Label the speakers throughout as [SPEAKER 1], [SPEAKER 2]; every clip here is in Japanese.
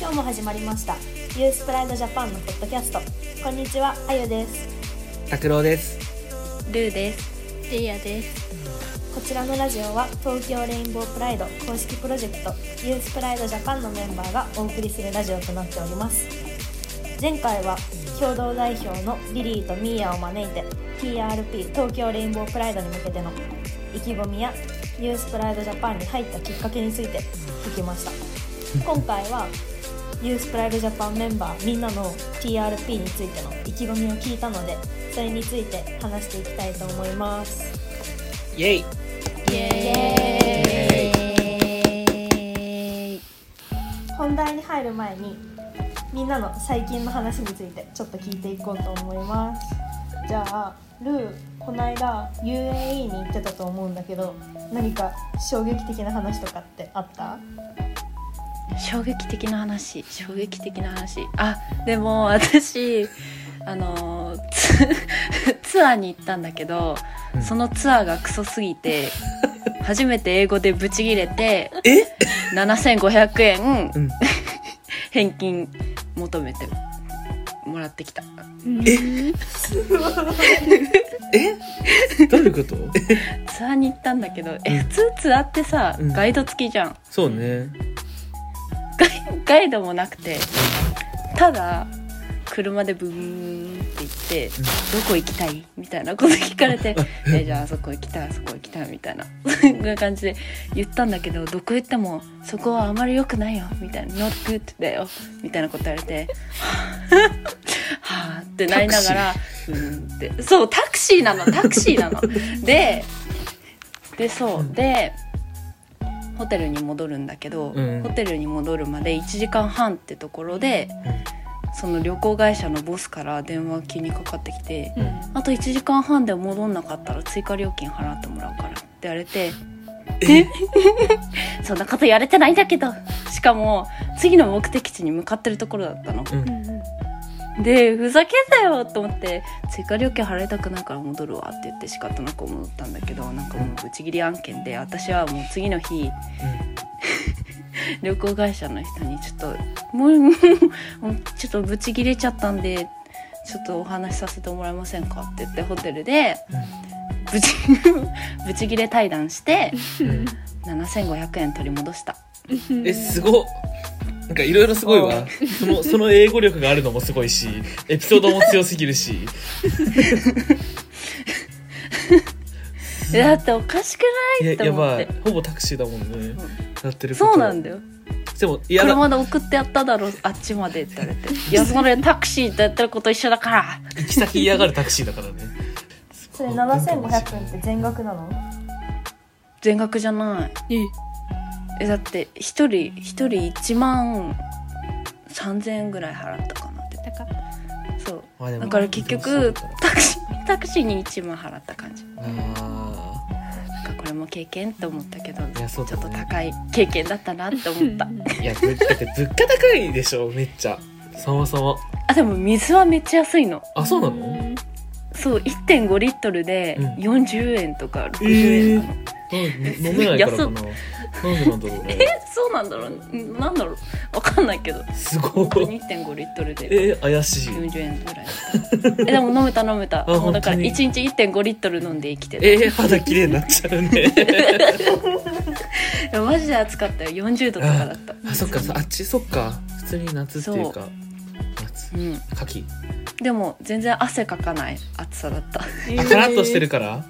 [SPEAKER 1] 今日も始まりましたユースプライドジャパンのポッドキャストこんにちはあゆです
[SPEAKER 2] 拓郎です。
[SPEAKER 3] ルーです。リアです。
[SPEAKER 1] こちらのラジオは東京レインボープライド公式プロジェクトユースプライドジャパンのメンバーがお送りするラジオとなっております前回は共同代表のリリーとミーヤを招いて TRP 東京レインボープライドに向けての意気込みやユースプライドジャパンに入ったきっかけについて聞きま した今回はユースプライドジャパンメンバーみんなの TRP についての意気込みを聞いたのでそれについて話していきたいと思います
[SPEAKER 2] イエイ。
[SPEAKER 3] イ
[SPEAKER 2] エ
[SPEAKER 3] エーイ。
[SPEAKER 1] 本題に入る前にみんなの最近の話についてちょっと聞いていこうと思いますじゃあルーこないだ UAE に行ってたと思うんだけど何か衝撃的な話とかってあった
[SPEAKER 3] 衝撃的な話、衝撃的な話。あ、でも私あのツ ツアーに行ったんだけど、
[SPEAKER 2] うん
[SPEAKER 3] そのツアーがクソすぎて。初めて英語でブチギレて
[SPEAKER 2] え？
[SPEAKER 3] 7500円
[SPEAKER 2] うん。
[SPEAKER 3] 返金求めてもらってきた
[SPEAKER 2] え？どういうこと？
[SPEAKER 3] ツアーに行ったんだけどえ普通ツアーってさ
[SPEAKER 2] うん
[SPEAKER 3] ガイド付きじゃん
[SPEAKER 2] そうね。
[SPEAKER 3] ガイ ガイドもなくてただ車でブーンって行って、
[SPEAKER 2] ん
[SPEAKER 3] どこ行きたいみたいなこと聞かれて えじゃああそこ行きたいあそこ行きたいみたいなそういう感じで言ったんだけどどこ行ってもそこはあまり良くないよみたいな「not good だよ」みたいなこと言われて「はあ」はあってなりながらうーんってそうタクシーなのタクシーなのででそうでホテルに戻るんだけど、
[SPEAKER 2] うん
[SPEAKER 3] ホテルに戻るまで1時間半ってところでその旅行会社のボスから電話急にかかってきて
[SPEAKER 1] うん
[SPEAKER 3] 「あと1時間半で戻んなかったら追加料金払ってもらうから」って言われて「
[SPEAKER 2] え
[SPEAKER 3] え そんなこと言われてないんだけど」しかも次の目的地に向かってるところだったの。
[SPEAKER 2] うん。
[SPEAKER 3] でふざけんなよと思って追加料金払いたくないから戻るわって言って仕方なく戻ったんだけどなんかもうぶち切り案件で私はもう次の日旅行会社の人にちょっともうもうもうちょっとブチ切れちゃったんでちょっとお話しさせてもらえませんかって言ってホテルでブチ ブチ切れ対談して
[SPEAKER 2] うん
[SPEAKER 3] 7500円取り戻した
[SPEAKER 2] うんえ、すごっ。なんかいろいろすごいわ。そのその英語力があるのもすごいし、エピソードも強すぎるし。
[SPEAKER 3] えだっておかしく
[SPEAKER 2] いや
[SPEAKER 3] ないって
[SPEAKER 2] や
[SPEAKER 3] 思っ
[SPEAKER 2] ば
[SPEAKER 3] て
[SPEAKER 2] い。ほぼタクシーだもんね。やってること。
[SPEAKER 3] そうなんだよ
[SPEAKER 2] でもいやだ
[SPEAKER 3] 車で送ってやっただろあっちまでって言われ ていやそれタクシーとやってること一緒だから
[SPEAKER 2] 行き先嫌がるタクシーだからね。
[SPEAKER 1] それ7500円って全額なの
[SPEAKER 3] 全額じゃないえだって一人一人1万3000円ぐらい払ったかなってそう
[SPEAKER 2] まあでも
[SPEAKER 3] だから結
[SPEAKER 2] そう
[SPEAKER 3] 局
[SPEAKER 2] か
[SPEAKER 3] タクシータクシーに1万払った感じ
[SPEAKER 2] あ
[SPEAKER 3] なんかこれも経験って思ったけど、
[SPEAKER 2] いや
[SPEAKER 3] ち
[SPEAKER 2] そ
[SPEAKER 3] ょ
[SPEAKER 2] う
[SPEAKER 3] っ
[SPEAKER 2] だ
[SPEAKER 3] と
[SPEAKER 2] ね
[SPEAKER 3] 高い経験だったなって思った
[SPEAKER 2] ーいやぶだって物価高いでしょめっち ゃ。そもそも。
[SPEAKER 3] あでも水はめっちゃ安いの
[SPEAKER 2] あそうなの？
[SPEAKER 3] そう1.5リットルで
[SPEAKER 2] うん
[SPEAKER 3] 40円とか60円
[SPEAKER 2] な
[SPEAKER 3] なの、
[SPEAKER 2] ん飲めないからかな。なんでなんだろうね。
[SPEAKER 3] えそうなんだろううんなんだろうわかんない けど
[SPEAKER 2] すご
[SPEAKER 3] 本当
[SPEAKER 2] い。
[SPEAKER 3] に1.5リットルで
[SPEAKER 2] えー、怪しい。
[SPEAKER 3] 40円ぐらいだったえでも飲めた飲めた
[SPEAKER 2] あ
[SPEAKER 3] もうだから1
[SPEAKER 2] 本当
[SPEAKER 3] 日1.5リットル飲んで生きてる
[SPEAKER 2] えー、肌綺麗になっちゃうね。
[SPEAKER 3] いやマジで暑かったよ40度とかだった
[SPEAKER 2] あ、そっか、あっち、そっか、普通に夏っていうか。夏
[SPEAKER 3] う。ん
[SPEAKER 2] 夏季。
[SPEAKER 3] でも全然汗かかない暑さだった
[SPEAKER 2] あ、カラッとしてるから。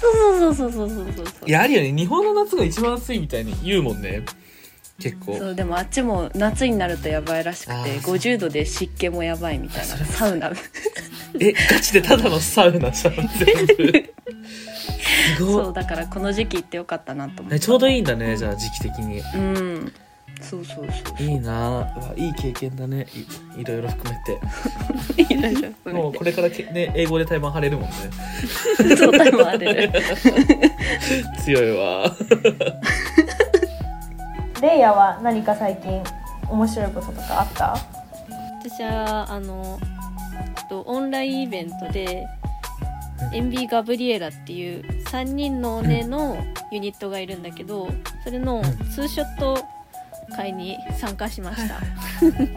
[SPEAKER 3] そうそうそうそうそうそうそう
[SPEAKER 2] いや、あるよね、日本の夏が一番暑いみたいに言うもんね。結構。
[SPEAKER 3] そうでもあっちも夏になるとやばいらしく
[SPEAKER 2] あ
[SPEAKER 3] て
[SPEAKER 2] ーそう
[SPEAKER 3] 50度で湿気もやばいみたいな
[SPEAKER 2] それ
[SPEAKER 3] サウナ
[SPEAKER 2] え、ガチでただのサウナじゃん、全部。す
[SPEAKER 3] そ
[SPEAKER 2] ご
[SPEAKER 3] う
[SPEAKER 2] い。
[SPEAKER 3] だからこの時期行ってよかったなと思
[SPEAKER 2] ね、
[SPEAKER 3] っ
[SPEAKER 2] ちょうどいいんだね、じゃあ、時期的に。
[SPEAKER 3] てうんそうそうそう
[SPEAKER 2] いいなぁうわいい経験だねいいろいろ含めて
[SPEAKER 3] いいでしょ
[SPEAKER 2] もうこれからけ、ね、英語で対マン張れるもんね
[SPEAKER 3] そうタイムあれる
[SPEAKER 2] 強いわ
[SPEAKER 1] レイヤは何か最近面白いこととかあった
[SPEAKER 4] 私はあのえっとオンラインイベントでエンビガブリエラっていう3人の姉のユニットがいるんだけどそれのツーショット会に参加しました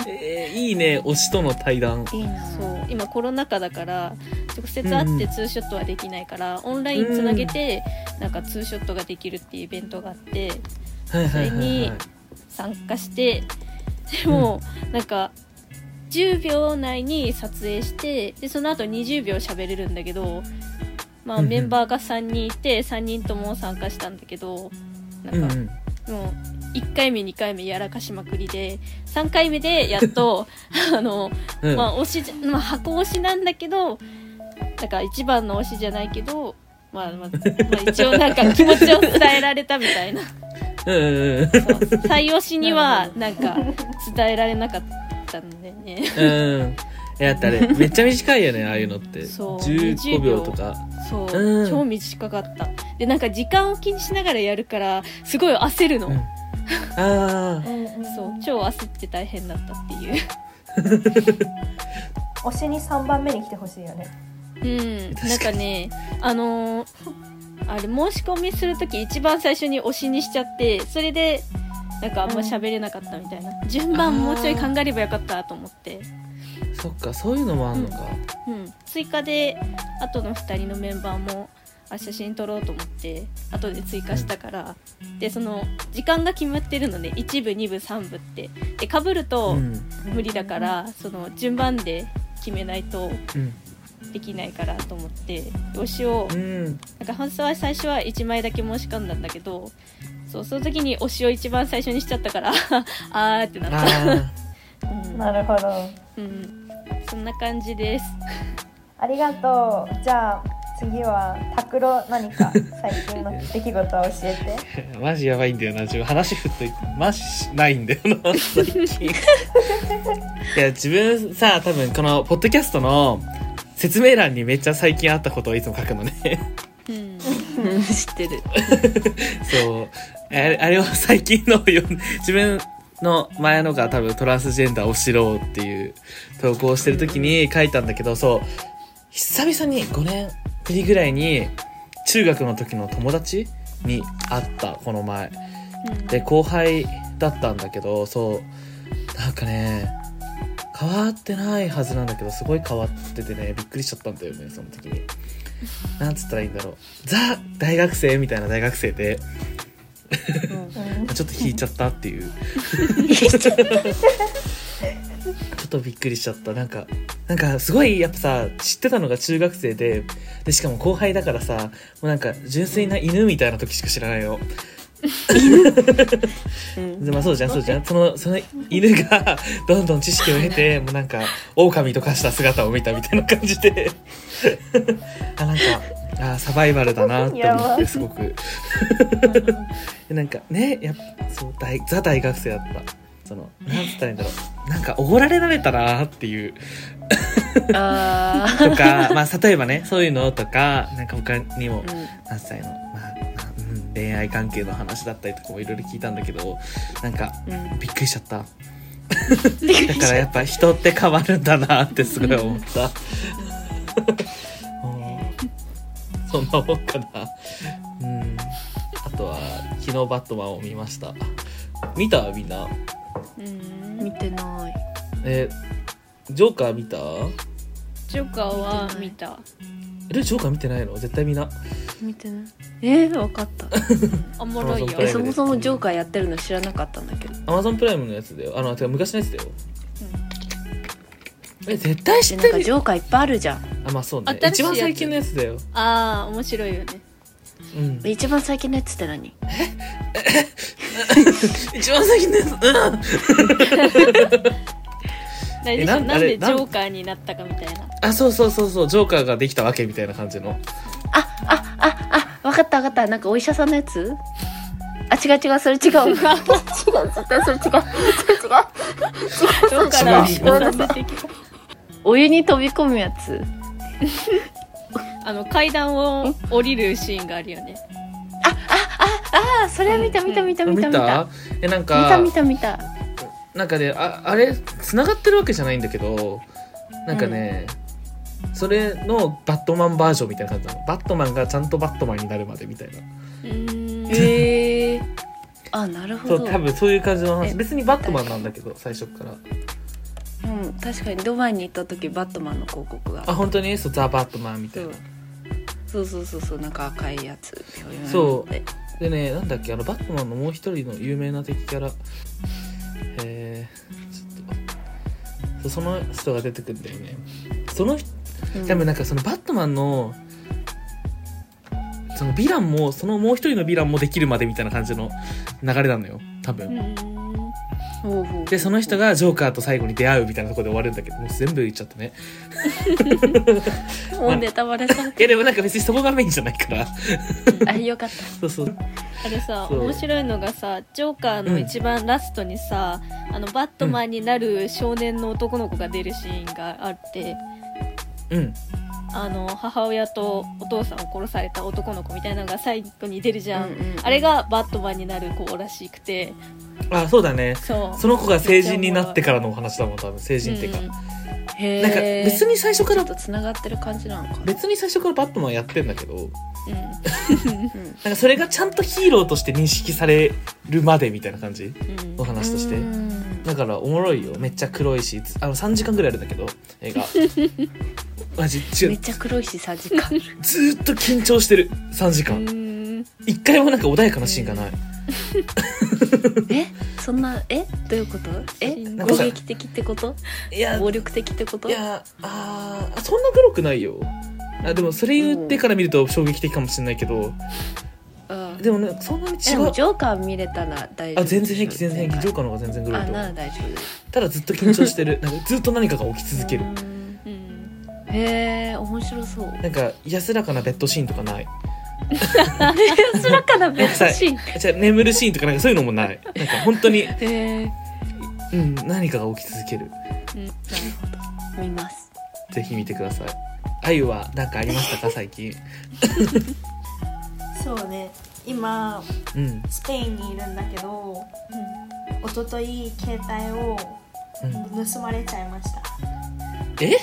[SPEAKER 2] えーいいね推しとの対談
[SPEAKER 3] いいな
[SPEAKER 4] そう今コロナ禍だから直接会ってツーショットはできないから、オンラインつなげてなんかツーショットができるっていうイベントがあって
[SPEAKER 2] はい
[SPEAKER 4] そ
[SPEAKER 2] はいは
[SPEAKER 4] れ
[SPEAKER 2] い
[SPEAKER 4] に
[SPEAKER 2] はい
[SPEAKER 4] 参加してでもなんか10秒内に撮影してでその後20秒喋れるんだけど、まあ、
[SPEAKER 2] うんうん
[SPEAKER 4] メンバーが3人いて3人とも参加したんだけどな
[SPEAKER 2] うん
[SPEAKER 4] んか
[SPEAKER 2] うん
[SPEAKER 4] もう1回目2回目やらかしまくりで3回目でやっ とあの
[SPEAKER 2] うん
[SPEAKER 4] まあ推しじゃ、まあ、箱推しなんだけどなんか一番の推しじゃないけど、まあまあまあ、一応なんか気持ちを伝えられたみたいな
[SPEAKER 2] うんうんうん
[SPEAKER 4] そう最推しには
[SPEAKER 3] な
[SPEAKER 4] なんか伝えられなかったんだよね
[SPEAKER 2] うんやった ねめっちゃ短いよねああいうのって
[SPEAKER 4] そう
[SPEAKER 2] 15
[SPEAKER 4] 20秒
[SPEAKER 2] 秒とか
[SPEAKER 4] そう、
[SPEAKER 2] うん
[SPEAKER 4] 超短かったでなんか時間を気にしながらやるからすごい焦るの、
[SPEAKER 2] うんあ
[SPEAKER 1] うんうん
[SPEAKER 4] そう超焦って大変だったっていう
[SPEAKER 1] 推しに3番目に来てほしいよね
[SPEAKER 4] うん、
[SPEAKER 2] 確かに
[SPEAKER 4] なんかね、あのーあれ、申し込みするとき一番最初に推しにしちゃって、それで、なんかあんま喋れなかったみたいな。順
[SPEAKER 2] あー
[SPEAKER 4] 番もうちょい考えればよかったと思って。
[SPEAKER 2] あそっかそういうのもあんのか
[SPEAKER 4] うん。追加で、後の2人のメンバーも、あ写真撮ろうと思って後で追加したから、でその時間が決まってるので1部2部3部ってでかぶる
[SPEAKER 2] う
[SPEAKER 4] と
[SPEAKER 2] ん
[SPEAKER 4] 無理だから、その順番で決めないと
[SPEAKER 2] うん
[SPEAKER 4] できないからと思って推しを
[SPEAKER 2] うん
[SPEAKER 4] なんか本当は最初は1枚だけ申し込んだんだけどそうその時に推しを一番最初にしちゃったから あーってなった、
[SPEAKER 2] あ
[SPEAKER 4] うん
[SPEAKER 1] なるほど
[SPEAKER 4] うん、そんな感じです
[SPEAKER 1] ありがとうじゃあ次は拓郎何か最近の出来事を教えて
[SPEAKER 2] ーマジやばいんだよな自分話振っといてマジないんだよな最近いや自分さ多分このポッドキャストの説明欄にめっちゃ最近あったことをいつも書くのね
[SPEAKER 4] うん
[SPEAKER 3] うん知ってる
[SPEAKER 2] そう。あれあれは最近のよ、自分の前のが多分トランスジェンダーを知ろうっていう投稿をしてる時に書いたんだけど、そう、久々に5年ぶりぐらいに中学の時の友達に会った、この前。で、後輩だったんだけど、そう、なんかね、変わってないはずなんだけど、すごい変わっててね、びっくりしちゃったんだよね、その時に。なんつったらいいんだろう。ザ大学生みたいな大学生で、
[SPEAKER 1] うん
[SPEAKER 2] ちょっと引いちゃったっていうちょっとびっくりしちゃったなんかなんかすごいやっぱさ知ってたのが中学生ででしかも後輩だからさもうなんか純粋な犬みたいな時しか知らないの
[SPEAKER 3] うん
[SPEAKER 2] でまあそうじゃんそうじゃんそのその犬がどんどん知識を経てもうなんか狼と化した姿を見たみたいな感じで あなんかあーサバイバルだなって思ってすごく でなんかねやっぱそう大ザ大学生だったそのなんつったらいいんだろうなんかおごられられたなっていう
[SPEAKER 3] ああ
[SPEAKER 2] とか まあ例えばねそういうのとかなんか他にも
[SPEAKER 3] うん
[SPEAKER 2] 何歳の、まあまあうん、恋愛関係の話だったりとかもいろいろ聞いたんだけどなんか
[SPEAKER 3] うん
[SPEAKER 2] びっくりしちゃった。だからやっぱ人って変わるんだなってすごい思った。うんそんなもんかな。うん。あとは昨日バットマンを見ました。見たみんな。
[SPEAKER 4] うん
[SPEAKER 3] 見てない
[SPEAKER 2] えジョーカー見た？
[SPEAKER 4] ジョーカーは見た
[SPEAKER 2] えジョーカー見てないの？絶対見な。
[SPEAKER 3] 見てないえー、わかった
[SPEAKER 4] おもろいよ
[SPEAKER 2] Amazon
[SPEAKER 3] え
[SPEAKER 2] Prime
[SPEAKER 3] そもそもジョーカーやってるの知らなかったんだけど
[SPEAKER 2] アマゾンプライムのやつだよ。あのてか昔のやつだよ。え絶対知っ
[SPEAKER 3] えな
[SPEAKER 2] て
[SPEAKER 3] んか
[SPEAKER 2] る
[SPEAKER 3] ジ。ョーカーいっぱいあるじゃん
[SPEAKER 2] あまあそうね。
[SPEAKER 4] 新しい
[SPEAKER 2] 一
[SPEAKER 4] やつ
[SPEAKER 2] 番最近のやつだよ。
[SPEAKER 4] ああ面白いよね
[SPEAKER 2] うん。
[SPEAKER 3] 一番最近のやつって何
[SPEAKER 2] 一番最近のやつ。うん。
[SPEAKER 4] 大丈
[SPEAKER 2] な
[SPEAKER 4] 夫
[SPEAKER 2] ん
[SPEAKER 4] なんで
[SPEAKER 2] あれ
[SPEAKER 4] ジ
[SPEAKER 2] なん
[SPEAKER 4] ョーカーになったかみ たいな
[SPEAKER 2] あそうそうそうそうジョーカーができたわけみたいな感じの。
[SPEAKER 3] ああああわかったわかったなんかお医者さんのやつあ違う違うそれ違う違う違うそれ違う
[SPEAKER 4] ジョーカー
[SPEAKER 2] 違
[SPEAKER 4] の
[SPEAKER 2] う
[SPEAKER 4] お医者さん出てきた
[SPEAKER 3] お湯に飛び込むやつ
[SPEAKER 4] あの階段を降りるシーンがあるよね
[SPEAKER 3] あそれ見た見た見た見た見た
[SPEAKER 2] えなんか
[SPEAKER 3] 見た見た見た
[SPEAKER 2] なんかねああれ繋がってるわけじゃないんだけどなんかね、それのバットマンバージョンみたいな感じなのバットマンがちゃんとバットマンになるまでみたいな
[SPEAKER 4] うーん
[SPEAKER 3] へえあなるほ
[SPEAKER 2] そ
[SPEAKER 3] ど
[SPEAKER 2] う多分そういう感じの話
[SPEAKER 3] え
[SPEAKER 2] 別にバットマンなんだけど最初から
[SPEAKER 3] うん、確かにドバイに行った時バットマンの広告が
[SPEAKER 2] あ本当にそうザ・バットマンみたいな
[SPEAKER 3] そうそうそうそうなんか赤いやつ
[SPEAKER 2] そう
[SPEAKER 3] で
[SPEAKER 2] でねなんだっけあのバットマンのもう一人の有名な敵キャラえー、ちょっとそその人が出てくるんだよねその人
[SPEAKER 3] うん
[SPEAKER 2] でもなんかそのバットマンのそのヴィランもそのもう一人のヴィランもできるまでみたいな感じの流れなのよ多分、
[SPEAKER 4] うん
[SPEAKER 3] ほうほう
[SPEAKER 2] でその人がジョーカーと最後に出会うみたいなところで終わるんだけどもう全部言っちゃったね
[SPEAKER 3] もうネタバレされ
[SPEAKER 2] いやでもなんか別にそこがメインじゃないから
[SPEAKER 3] あよ かった
[SPEAKER 2] そうそう
[SPEAKER 4] あれさ
[SPEAKER 2] そう
[SPEAKER 4] 面白いのがさジョーカーの一番ラストにさ、あのバットマンになる少年の男の子が出るシーンがあって、
[SPEAKER 2] うん
[SPEAKER 4] あの母親とお父さんを殺された男の子みたいなのが最後に出るじゃん、
[SPEAKER 3] うんうんうん
[SPEAKER 4] あれがバットマンになる子らしくて
[SPEAKER 2] あそうだね
[SPEAKER 4] そう
[SPEAKER 2] その子が成人になってからのお話だもん多分成人っていうか、
[SPEAKER 4] うん
[SPEAKER 3] へえ
[SPEAKER 2] なんか別に最初か
[SPEAKER 3] ち
[SPEAKER 2] ら
[SPEAKER 3] ょっとつながってる感じなのかな
[SPEAKER 2] 別に最初からバットマンやってんだけど
[SPEAKER 4] う
[SPEAKER 3] うん
[SPEAKER 2] なんかそれがちゃんとヒーローとして認識されるまでみたいな感じ
[SPEAKER 4] んうん
[SPEAKER 2] の話として
[SPEAKER 3] うん
[SPEAKER 2] だからおもろいよめっちゃ黒いしつあの3時間ぐらいあるんだけど映 画マジ
[SPEAKER 3] め
[SPEAKER 2] 違
[SPEAKER 3] っ
[SPEAKER 2] う
[SPEAKER 3] ちゃ黒いしさ時間
[SPEAKER 2] ずーっと緊張してる3時間
[SPEAKER 4] うん
[SPEAKER 2] 1回もなんか穏やかなシーンがない
[SPEAKER 3] えそんなえどういうことえ
[SPEAKER 2] なんか
[SPEAKER 3] 攻
[SPEAKER 2] さ
[SPEAKER 3] 撃的ってこと
[SPEAKER 2] いや
[SPEAKER 3] 暴力的ってこと
[SPEAKER 2] いやあーそんな黒くないよあでもそれ言ってから見ると衝撃的かもしれないけど
[SPEAKER 3] うん
[SPEAKER 2] でもねそんなに
[SPEAKER 3] でも
[SPEAKER 2] 違
[SPEAKER 3] ジ
[SPEAKER 2] う
[SPEAKER 3] ョーカー見れたら大丈夫
[SPEAKER 2] あ全然平気全然平気ジョー
[SPEAKER 3] ー
[SPEAKER 2] カーの方が全然黒い
[SPEAKER 3] あ
[SPEAKER 2] と
[SPEAKER 3] なら
[SPEAKER 2] 思う
[SPEAKER 3] 大丈夫です
[SPEAKER 2] ただずっと緊張してるなんかずっと何かが起き続ける
[SPEAKER 3] うん
[SPEAKER 4] うん
[SPEAKER 3] へえ面白そう
[SPEAKER 2] なんか安らかなベッドシーンとかない
[SPEAKER 3] 安らかなベッドシーン
[SPEAKER 2] じゃ眠るシーンとかなんかそういうのもないなんか本当に
[SPEAKER 3] へえ
[SPEAKER 2] うん何かが起き続ける
[SPEAKER 4] うんなる
[SPEAKER 3] 見ます
[SPEAKER 2] ぜひ見てください。あゆは何かありましたか最近。
[SPEAKER 1] そうね今
[SPEAKER 2] うん。
[SPEAKER 1] スペインにいるんだけど
[SPEAKER 4] うん
[SPEAKER 1] 一昨日携帯を
[SPEAKER 2] うん、
[SPEAKER 1] 盗まれちゃいました
[SPEAKER 2] え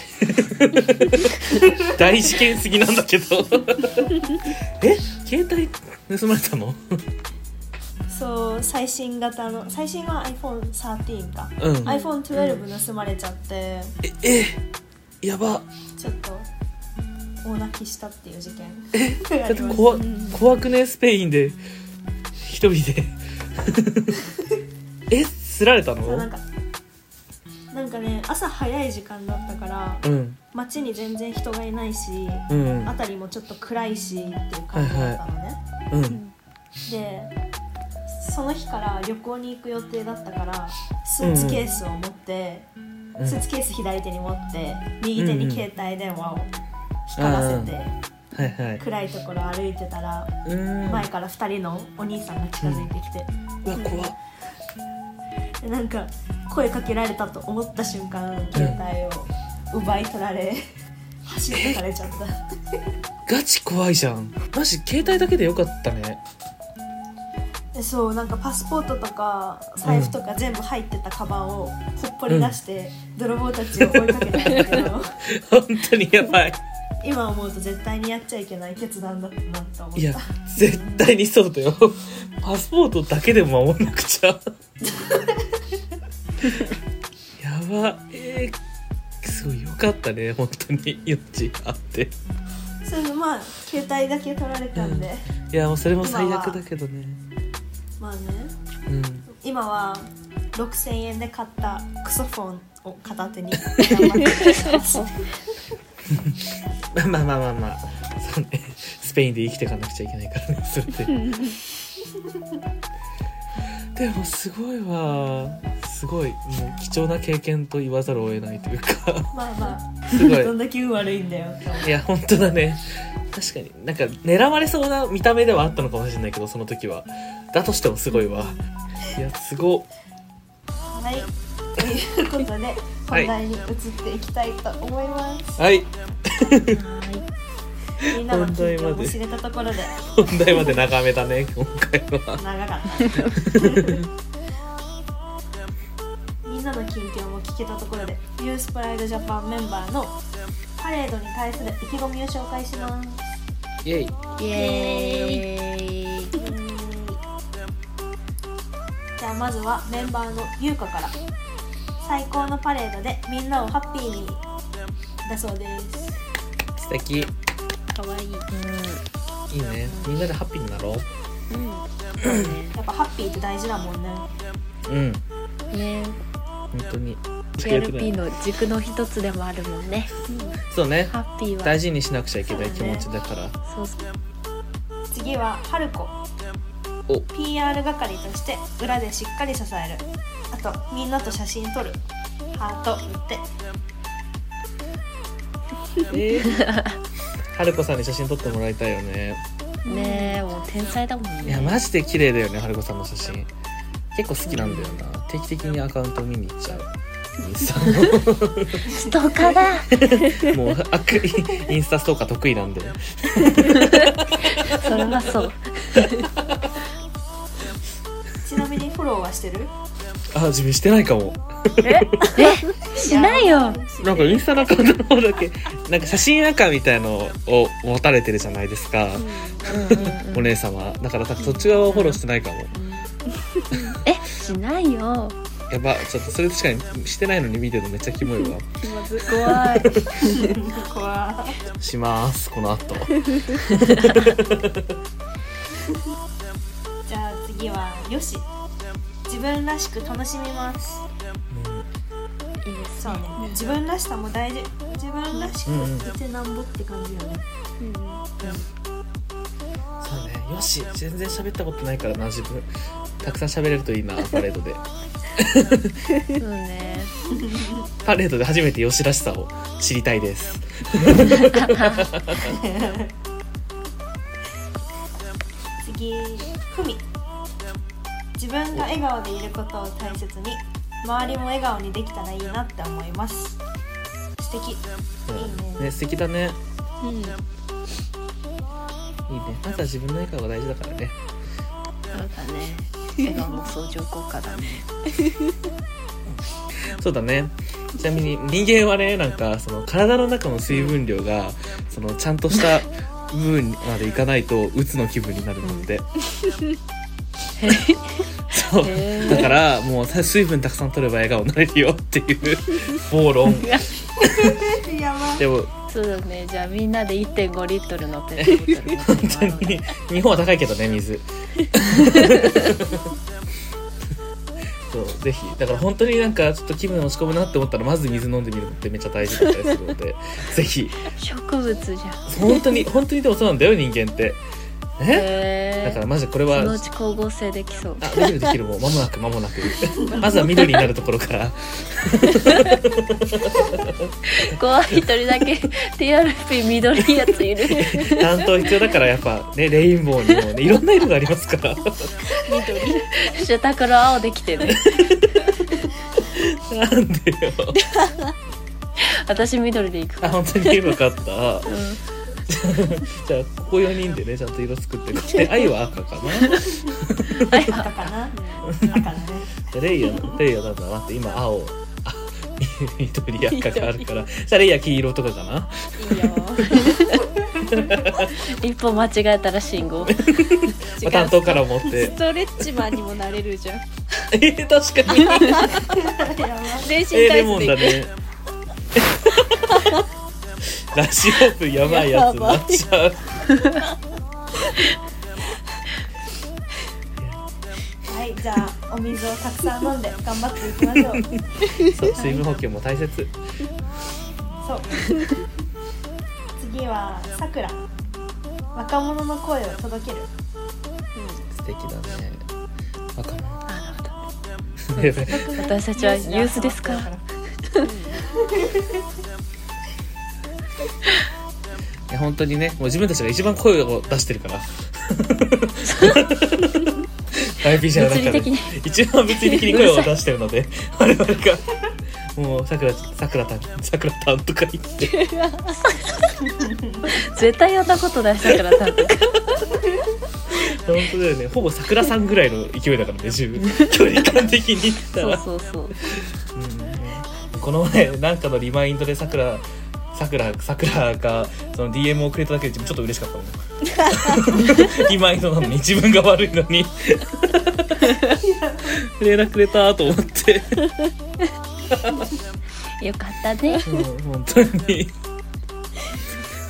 [SPEAKER 2] 大事件すぎなんだけど え携帯盗まれたの
[SPEAKER 1] そう最新型の最新は iPhone13 か、
[SPEAKER 2] うん
[SPEAKER 1] iPhone12 盗まれちゃって
[SPEAKER 2] ええやば
[SPEAKER 1] ちょっと大泣きしたっていう事件
[SPEAKER 2] だって
[SPEAKER 1] い
[SPEAKER 2] 怖怖くねスペインで一人で えすられた
[SPEAKER 1] そうなん
[SPEAKER 2] の
[SPEAKER 1] かなんかね朝早い時間だったから
[SPEAKER 2] うん
[SPEAKER 1] 街に全然人がいないし
[SPEAKER 2] うんうん
[SPEAKER 1] 辺りもちょっと暗いしっていう感じだったのね、
[SPEAKER 2] うん
[SPEAKER 1] でその日から旅行に行く予定だったからスーツケースを持って、スーツケース左手に持って右手に携帯電話を光らせて、
[SPEAKER 2] はいはい
[SPEAKER 1] 暗いところ歩いてたら
[SPEAKER 2] うん
[SPEAKER 1] 前から2人のお兄さんが近づいてきて、
[SPEAKER 2] うわ怖っ
[SPEAKER 1] でなんか声かけられたと思った瞬間携帯を奪い取られ走ってかれちゃった。
[SPEAKER 2] ガチ怖いじゃんマジ携帯だけでよかったね
[SPEAKER 1] えそうなんかパスポートとか財布とか全部入ってたカバンをほっぽり出して泥棒たちを追いかけたんだけど、
[SPEAKER 2] 本当にやばい
[SPEAKER 1] 今思うと絶対にやっちゃいけない決断だったなと思った
[SPEAKER 2] いや絶対にそうだよ パスポートだけでも守んなくちゃ やばえー、すごいよかったね本当に命あって
[SPEAKER 1] それでまあ携帯だけ取られたんで、
[SPEAKER 2] いやもうそれも最悪だけどね
[SPEAKER 1] まあね
[SPEAKER 2] うん
[SPEAKER 1] 今は6000円で買ったクソフォンを片手 に頑張ってます
[SPEAKER 2] まあまあまあまあまあそうねスペインで生きていかなくちゃいけないからねそれででもすごいわすごいもう貴重な経験と言わざるを得ないというか
[SPEAKER 1] まあまあ
[SPEAKER 2] すごい
[SPEAKER 1] どんだけ運悪いんだよって思う
[SPEAKER 2] いや本当だね確かになんか狙われそうな見た目ではあったのかもしれないけどその時はだとしてもすごいわいやすご
[SPEAKER 1] はいということで本題に移っていきたいと思います、
[SPEAKER 2] はい
[SPEAKER 1] みんなの近況も知れたところで
[SPEAKER 2] 本題まで長めだね今回は
[SPEAKER 1] 長かったねみんなの近況も聞けたところでユースプライドジャパンメンバーのパレードに対する意気込みを紹介します
[SPEAKER 2] イエイ
[SPEAKER 3] イエーイ
[SPEAKER 1] ゃあまずはメンバーの優香から最高のパレードでみんなをハッピーにだそうです
[SPEAKER 2] 素敵い
[SPEAKER 4] かわいい、
[SPEAKER 2] いねみんなでハッピーになろ
[SPEAKER 4] うん、
[SPEAKER 1] やっぱハッピーって大事だもんね
[SPEAKER 2] ううん
[SPEAKER 3] ね
[SPEAKER 2] 本当に
[SPEAKER 3] TRP の軸の一つでもあるもんね
[SPEAKER 2] そうね
[SPEAKER 3] ハッピーは
[SPEAKER 2] 大事にしなくちゃいけない気持ちだから
[SPEAKER 3] そうそう
[SPEAKER 1] 次は春子
[SPEAKER 2] お
[SPEAKER 1] PR 係として裏でしっかり支えるあとみんなと写真撮るハート打って
[SPEAKER 2] えー 春子さんに写真撮ってもらいたいよね
[SPEAKER 3] ねえもう天才だもんね
[SPEAKER 2] いやマジで綺麗だよね春子さんの写真結構好きなんだよな、定期的にアカウント見に行っ ちゃうインスタ
[SPEAKER 3] ストーカーだ
[SPEAKER 2] もうあくインスタストーカー得意なんで
[SPEAKER 3] それはそう
[SPEAKER 1] ちなみにフォローはしてる
[SPEAKER 2] あ自分してないかも
[SPEAKER 3] えしないよ
[SPEAKER 2] なんかインスタのアカウントの方だけなんか写真アカみたいのを持たれてるじゃないですか、お姉様だからそっち側をフォローしてないかも
[SPEAKER 3] えしないよ
[SPEAKER 2] やばちょっとそれ確かにしてないのに見てるのめっちゃキモいわ
[SPEAKER 4] 気まず
[SPEAKER 3] 怖い
[SPEAKER 1] 怖
[SPEAKER 2] しますこの 後
[SPEAKER 1] じゃあ次はよし自分らしく楽しみます
[SPEAKER 3] いいです
[SPEAKER 1] そうね自分らしさも大事自分らしく
[SPEAKER 2] うんうん
[SPEAKER 1] いてなんぼって感じよね、
[SPEAKER 4] うん
[SPEAKER 2] そうねよし全然喋ったことないからな自分たくさん喋れるといいなパレードで
[SPEAKER 3] そうね
[SPEAKER 2] パレードで初めてよしらしさを知りたいです
[SPEAKER 1] 次ふみ自分が笑顔でいることを大切に周りも笑顔にできたらいいなって思います素敵いいね
[SPEAKER 2] ね素敵だね
[SPEAKER 4] うん
[SPEAKER 2] いいねまずは自分の笑顔が大事だからね
[SPEAKER 3] そうだね笑顔も相乗効果だね
[SPEAKER 2] そうだねちなみに人間はねなんかその体の中の水分量がそのちゃんとした部分までいかないと鬱の気分になるのでそう
[SPEAKER 3] へー
[SPEAKER 2] だからもうさ水分たくさん取れば笑顔になれるよっていう暴論
[SPEAKER 1] やばい
[SPEAKER 2] でも
[SPEAKER 3] そうだねじゃあみんなで1.5リットルのペットボトル持ってもらお
[SPEAKER 2] 本
[SPEAKER 3] う
[SPEAKER 2] 当に日本は高いけどね水そうぜひだから本当になんかちょっと気分落ち込むなって思ったらまず水飲んでみるのってめっちゃ大事だったりするのでぜひ
[SPEAKER 3] 植物じゃん
[SPEAKER 2] 本当に本当にでもそうなんだよ人間ってねだ
[SPEAKER 3] へ
[SPEAKER 2] から
[SPEAKER 3] え
[SPEAKER 2] マジでこれ
[SPEAKER 3] そ
[SPEAKER 2] は
[SPEAKER 3] のうち光合成できそう
[SPEAKER 2] あできるできるもう間もなく間もなくまずは緑になるところから
[SPEAKER 3] 怖い一人だけ TRP 緑いやついる
[SPEAKER 2] 担当必要だからやっぱねレインボーにもねいろんな色がありますから
[SPEAKER 3] 下たから青できてる
[SPEAKER 2] なんでよ
[SPEAKER 3] 私緑でいく
[SPEAKER 2] あ本当に分かった
[SPEAKER 3] うん
[SPEAKER 2] じゃあここ4人でねちゃんと色作ってこで愛は赤かな
[SPEAKER 1] だかなだからね
[SPEAKER 2] でレイヤレイヤなんだなって今青 あ緑赤があるからじゃあレイヤ黄色とかかない
[SPEAKER 4] いよ
[SPEAKER 3] 一歩間違えたら信号
[SPEAKER 4] 違
[SPEAKER 2] まあ
[SPEAKER 4] う
[SPEAKER 2] 担当から持って
[SPEAKER 4] ストレッチマンにもなれるじゃん
[SPEAKER 2] えー確かに
[SPEAKER 1] やばい
[SPEAKER 4] 全
[SPEAKER 2] え
[SPEAKER 4] 身
[SPEAKER 2] ーレ
[SPEAKER 4] 体
[SPEAKER 2] モ
[SPEAKER 4] 操
[SPEAKER 2] ン
[SPEAKER 4] で
[SPEAKER 2] だねラジオ部やばいやつになっちゃう
[SPEAKER 1] はいじゃあお水をたくさん飲んで頑張っていきましょう
[SPEAKER 2] そう水分補給も大切
[SPEAKER 1] そう。次はさくら。若者の声を届ける。
[SPEAKER 2] 素敵だね若者
[SPEAKER 3] あ な
[SPEAKER 2] やばい
[SPEAKER 3] 私たちはユースですから
[SPEAKER 2] いや本当にねもう自分たちが一番声を出してる から IPJ の中
[SPEAKER 3] 物理
[SPEAKER 2] で
[SPEAKER 3] 的に
[SPEAKER 2] 一番物理的に声を出してるので我々がもうさくらさくらたんさくらたんとか言って
[SPEAKER 3] るほど絶対やったことない下から多分
[SPEAKER 2] 本当だよねほぼさくらさんぐらいの勢いだからね自分距離感的に言った
[SPEAKER 3] そう
[SPEAKER 2] ら
[SPEAKER 3] そうそう
[SPEAKER 2] うんこの前なんかのリマインドでさくらさくらさくらがその DM をくれただ けで自分ちょっと嬉しかったもんリマインドなのに自分が悪いのに連絡くれたと思って、
[SPEAKER 3] よかったね
[SPEAKER 2] うん、本当に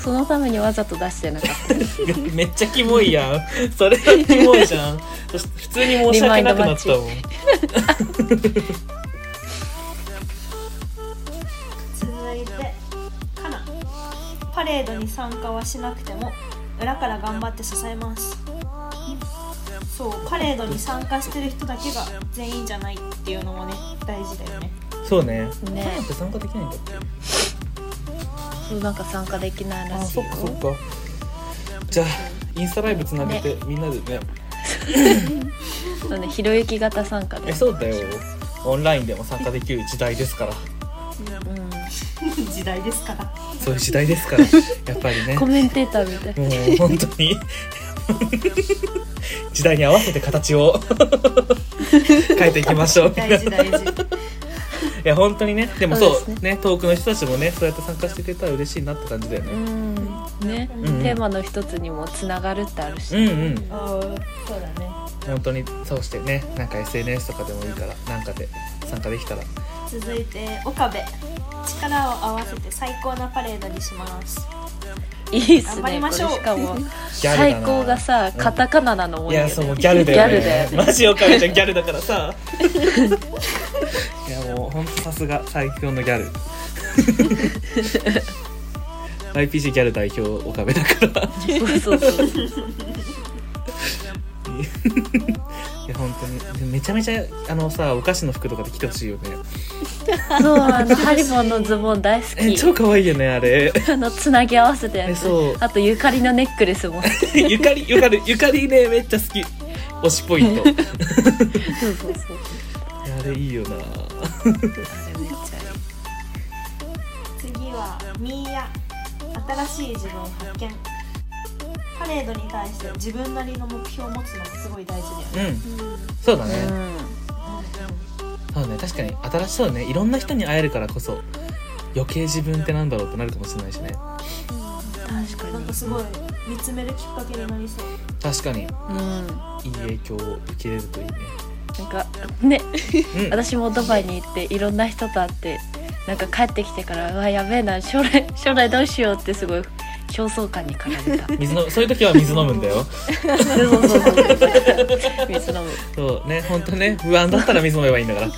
[SPEAKER 3] そのためにわざと出してなかった
[SPEAKER 2] めっちゃキモいやんそれはキモいじゃんそして普通に申し訳なくなったもん
[SPEAKER 1] 続いてかなパレードに参加はしなくても裏から頑張って支えますそうパレードに参加してる人だけが全員じゃないっていうのもね大事だよね
[SPEAKER 2] そうね
[SPEAKER 3] ね
[SPEAKER 2] カナって参加できないんだっけ
[SPEAKER 3] そうなんか参加できないら
[SPEAKER 2] あ
[SPEAKER 3] しい
[SPEAKER 2] そ
[SPEAKER 3] よ
[SPEAKER 2] っかそっかじゃあインスタライブつなげて、みんなでね
[SPEAKER 3] そうねひろゆき型参加で
[SPEAKER 2] えそうだよオンラインでも参加できる時代ですから
[SPEAKER 3] う
[SPEAKER 1] 時代ですから
[SPEAKER 2] そういう時代ですからやっぱりね
[SPEAKER 3] ん、コメンテーターみたい
[SPEAKER 2] もう本当 に時代に合わせて形を変えていきましょう
[SPEAKER 1] 大事 大事
[SPEAKER 2] いや本当にねでも
[SPEAKER 3] そう
[SPEAKER 2] そ
[SPEAKER 3] で
[SPEAKER 2] う
[SPEAKER 3] す
[SPEAKER 2] ね遠くの人たちもねそうやって参加してくれたら嬉しいなって感じだよ
[SPEAKER 3] う
[SPEAKER 2] ね
[SPEAKER 3] んね、
[SPEAKER 2] うん
[SPEAKER 3] テーマの一つにもつながるってあるし、
[SPEAKER 2] うんうん
[SPEAKER 1] あーそうだね
[SPEAKER 2] 本当にそうしてねなんか SNS とかでもいいからなんかで参加できたら
[SPEAKER 1] 続いて岡部力を合わせて最高なパレードにします
[SPEAKER 3] いいっすね
[SPEAKER 1] 頑張りましょう
[SPEAKER 3] これしかも
[SPEAKER 2] ギャル
[SPEAKER 3] 最
[SPEAKER 2] だな
[SPEAKER 3] 高がさカタカナなの多
[SPEAKER 2] い
[SPEAKER 3] いよ、ね、
[SPEAKER 2] やそうもうギャルだよね
[SPEAKER 3] ギャルだよね
[SPEAKER 2] マジ岡部ちゃんギャルだから さいやもうほんとさすが最強のギャル YPG ギャル代表岡部だから
[SPEAKER 3] そうそうそう
[SPEAKER 2] いや本当にめちゃめちゃあのさお菓子の服とかで着てほしいよね
[SPEAKER 3] そうあのハリボンのズボン大好
[SPEAKER 2] え
[SPEAKER 3] き
[SPEAKER 2] 超可愛いよねあ れ
[SPEAKER 3] あのつなぎ合わせたやつ
[SPEAKER 2] えそう
[SPEAKER 3] あとゆかりのネックレスもそ
[SPEAKER 2] ゆかりゆかりゆかりねめっちゃ好き推しポイン ト
[SPEAKER 3] うそうそう
[SPEAKER 2] あれ いいよな
[SPEAKER 3] あれめっちゃいい
[SPEAKER 1] 次はミーヤ新しい自分発見パレードに対して自分なりの目標を持つのがすごい大事だよね、
[SPEAKER 2] うんそうだ
[SPEAKER 3] う
[SPEAKER 2] ね
[SPEAKER 3] ん
[SPEAKER 2] そうだね確かに新しそうねいろんな人に会えるからこそ余計自分ってなんだろうってなるかもしれないしね
[SPEAKER 3] 確かに
[SPEAKER 1] なんかすごい見つめるきっかけになりそう
[SPEAKER 2] 確かに
[SPEAKER 3] うん
[SPEAKER 2] いい影響を受けれる といいね
[SPEAKER 3] なんかね
[SPEAKER 2] うん
[SPEAKER 3] 私もドバイに行っていろんな人と会ってなんか帰ってきてからうわやべえな将来将来どうしようってすごい焦燥感に駆られた
[SPEAKER 2] 水のそういう時は水飲むんだよ
[SPEAKER 3] そうそうそうそう水飲む
[SPEAKER 2] そうね本当ね不安だったら水飲めばいいんだから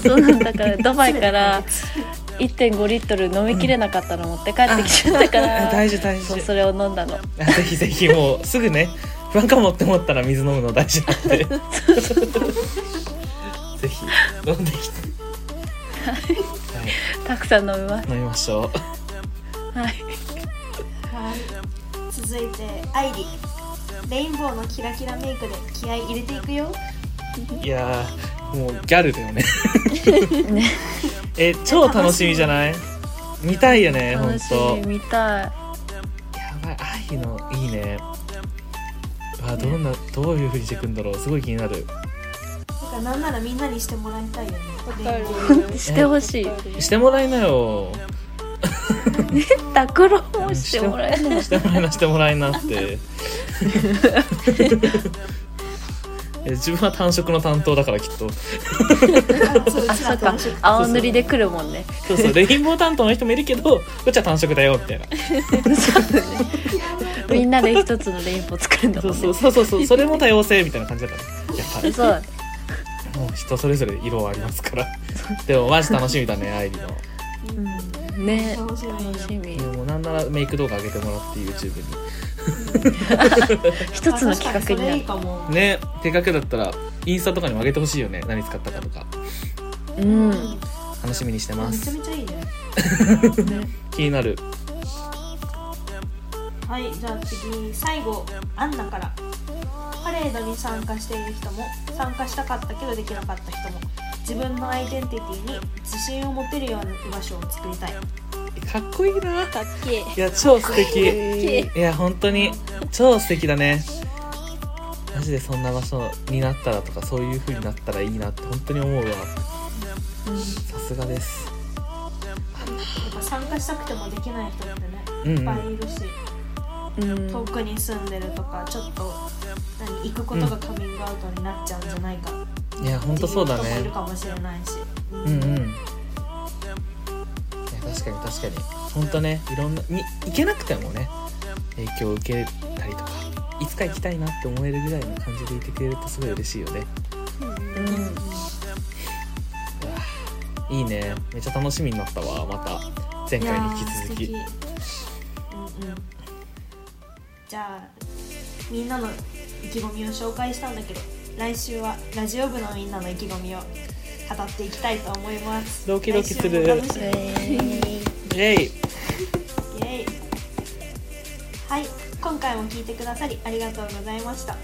[SPEAKER 3] そうなんだからドバイから1.5リットル飲みきれなかったの持って帰ってきちゃったから
[SPEAKER 2] 大事大事
[SPEAKER 3] そうそれを飲んだの
[SPEAKER 2] あぜひぜひもうすぐね不安かもって思ったら水飲むの大事 なんでぜひ飲んできては
[SPEAKER 3] たくさん飲みます
[SPEAKER 2] い飲みましょ
[SPEAKER 3] は
[SPEAKER 1] は
[SPEAKER 3] い
[SPEAKER 1] い続いてアイリレインボーのキラキラメイクで気合い入れていくよ
[SPEAKER 2] ういやーもうギャルだよね
[SPEAKER 3] ね
[SPEAKER 2] え超楽しみじゃない見たいよね本
[SPEAKER 3] 楽し
[SPEAKER 2] 当
[SPEAKER 3] み見たい
[SPEAKER 2] やばい愛のいいねあどんなどういうふうにしてくんだろうすごい気になる
[SPEAKER 1] なんかなんならみんなにしてもらいたいよねレインボー
[SPEAKER 3] してほしい
[SPEAKER 2] してもらいなよ
[SPEAKER 3] 拓郎もしてもらえない
[SPEAKER 2] してもらいなしてもらいなって え自分は単色の担当だからきっと
[SPEAKER 1] あそうう
[SPEAKER 3] あ
[SPEAKER 1] ち
[SPEAKER 3] そ
[SPEAKER 1] ら
[SPEAKER 3] っ
[SPEAKER 1] と同
[SPEAKER 3] か
[SPEAKER 1] じ
[SPEAKER 3] 青塗りで来るもんね
[SPEAKER 2] そうそうレインボー担当の人もいるけどこっちは単色だよみたいな
[SPEAKER 3] みんなで一つのレインボー作るんだ
[SPEAKER 2] そ
[SPEAKER 3] もん
[SPEAKER 2] うそう
[SPEAKER 3] ね。
[SPEAKER 2] そうそうそうそれも多様性みたいな感じだからやっ
[SPEAKER 3] そうだね
[SPEAKER 2] ぱもう人それぞれ色はあります からでもマジ楽しみだねアイリの
[SPEAKER 3] うんね
[SPEAKER 1] 楽しみ
[SPEAKER 3] 楽しみ
[SPEAKER 2] いやもうなんならメイク動画上げてもらって YouTube
[SPEAKER 3] 一つ
[SPEAKER 1] あ
[SPEAKER 3] の企画にな
[SPEAKER 1] 確かそれいいかも
[SPEAKER 2] にね手掛けだったらインスタとかにも上げてほしいよね何使ったかとか
[SPEAKER 3] るうん
[SPEAKER 1] うん
[SPEAKER 2] 楽しみにしてま
[SPEAKER 1] めちゃ
[SPEAKER 2] す
[SPEAKER 1] めちゃいいね
[SPEAKER 2] 気になる
[SPEAKER 1] はい、じゃあ次、最後、アンナから。パレードに参加している人も、参加したかったけどできなかった人も、自分のアイデンティティに自信を持てるような居場所を作りたい。
[SPEAKER 2] かっこいいな
[SPEAKER 4] かっけえ
[SPEAKER 2] いや超素敵
[SPEAKER 4] え
[SPEAKER 2] いや本当に超素敵だねマジでそんな場所になったらとかそういう風になったらいいなって本当に思うわさすがです
[SPEAKER 1] やっぱ参加したくてもできない人ってね、
[SPEAKER 2] うんう
[SPEAKER 1] いっぱい
[SPEAKER 2] ん
[SPEAKER 1] いるし、
[SPEAKER 3] うん
[SPEAKER 1] 遠くに住んでるとか、ちょっと何行くことがカミングアウトになっちゃうんじゃないか、
[SPEAKER 2] いや本当そうだ
[SPEAKER 1] ってい人もいる
[SPEAKER 2] ね
[SPEAKER 1] かもしれないし、
[SPEAKER 2] うんうんいや確かに確かに本当ねいろんなに行けなくてもね影響を受けたりとかいつか行きたいなって思えるぐらいの感じでいてくれるとすごい嬉しいよねいいねめっちゃ楽しみになったわまた前
[SPEAKER 1] いや
[SPEAKER 2] 回に
[SPEAKER 1] ー素
[SPEAKER 2] 引
[SPEAKER 1] 敵
[SPEAKER 2] き続き
[SPEAKER 1] うんうんじゃあみんなの意気込みを紹介したんだけど来週はラジオ部のみんなの意気込みを語っていきたいと思います
[SPEAKER 2] ドキドキする
[SPEAKER 1] 来週も楽しみに
[SPEAKER 2] イエイ
[SPEAKER 1] イエイはい今回も聞いてくださりありがとうございました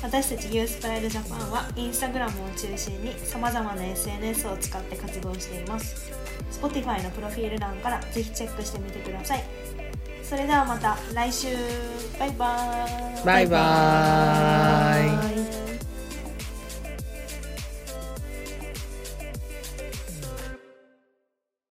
[SPEAKER 1] 私たちユースプライドジャパンはインスタグラムを中心にさまざまな SNS を使って活動しています Spotify のプロフィール欄からぜひチェックしてみてくださいそれではまた来週バイバーイ
[SPEAKER 2] バイバーイ
[SPEAKER 1] イ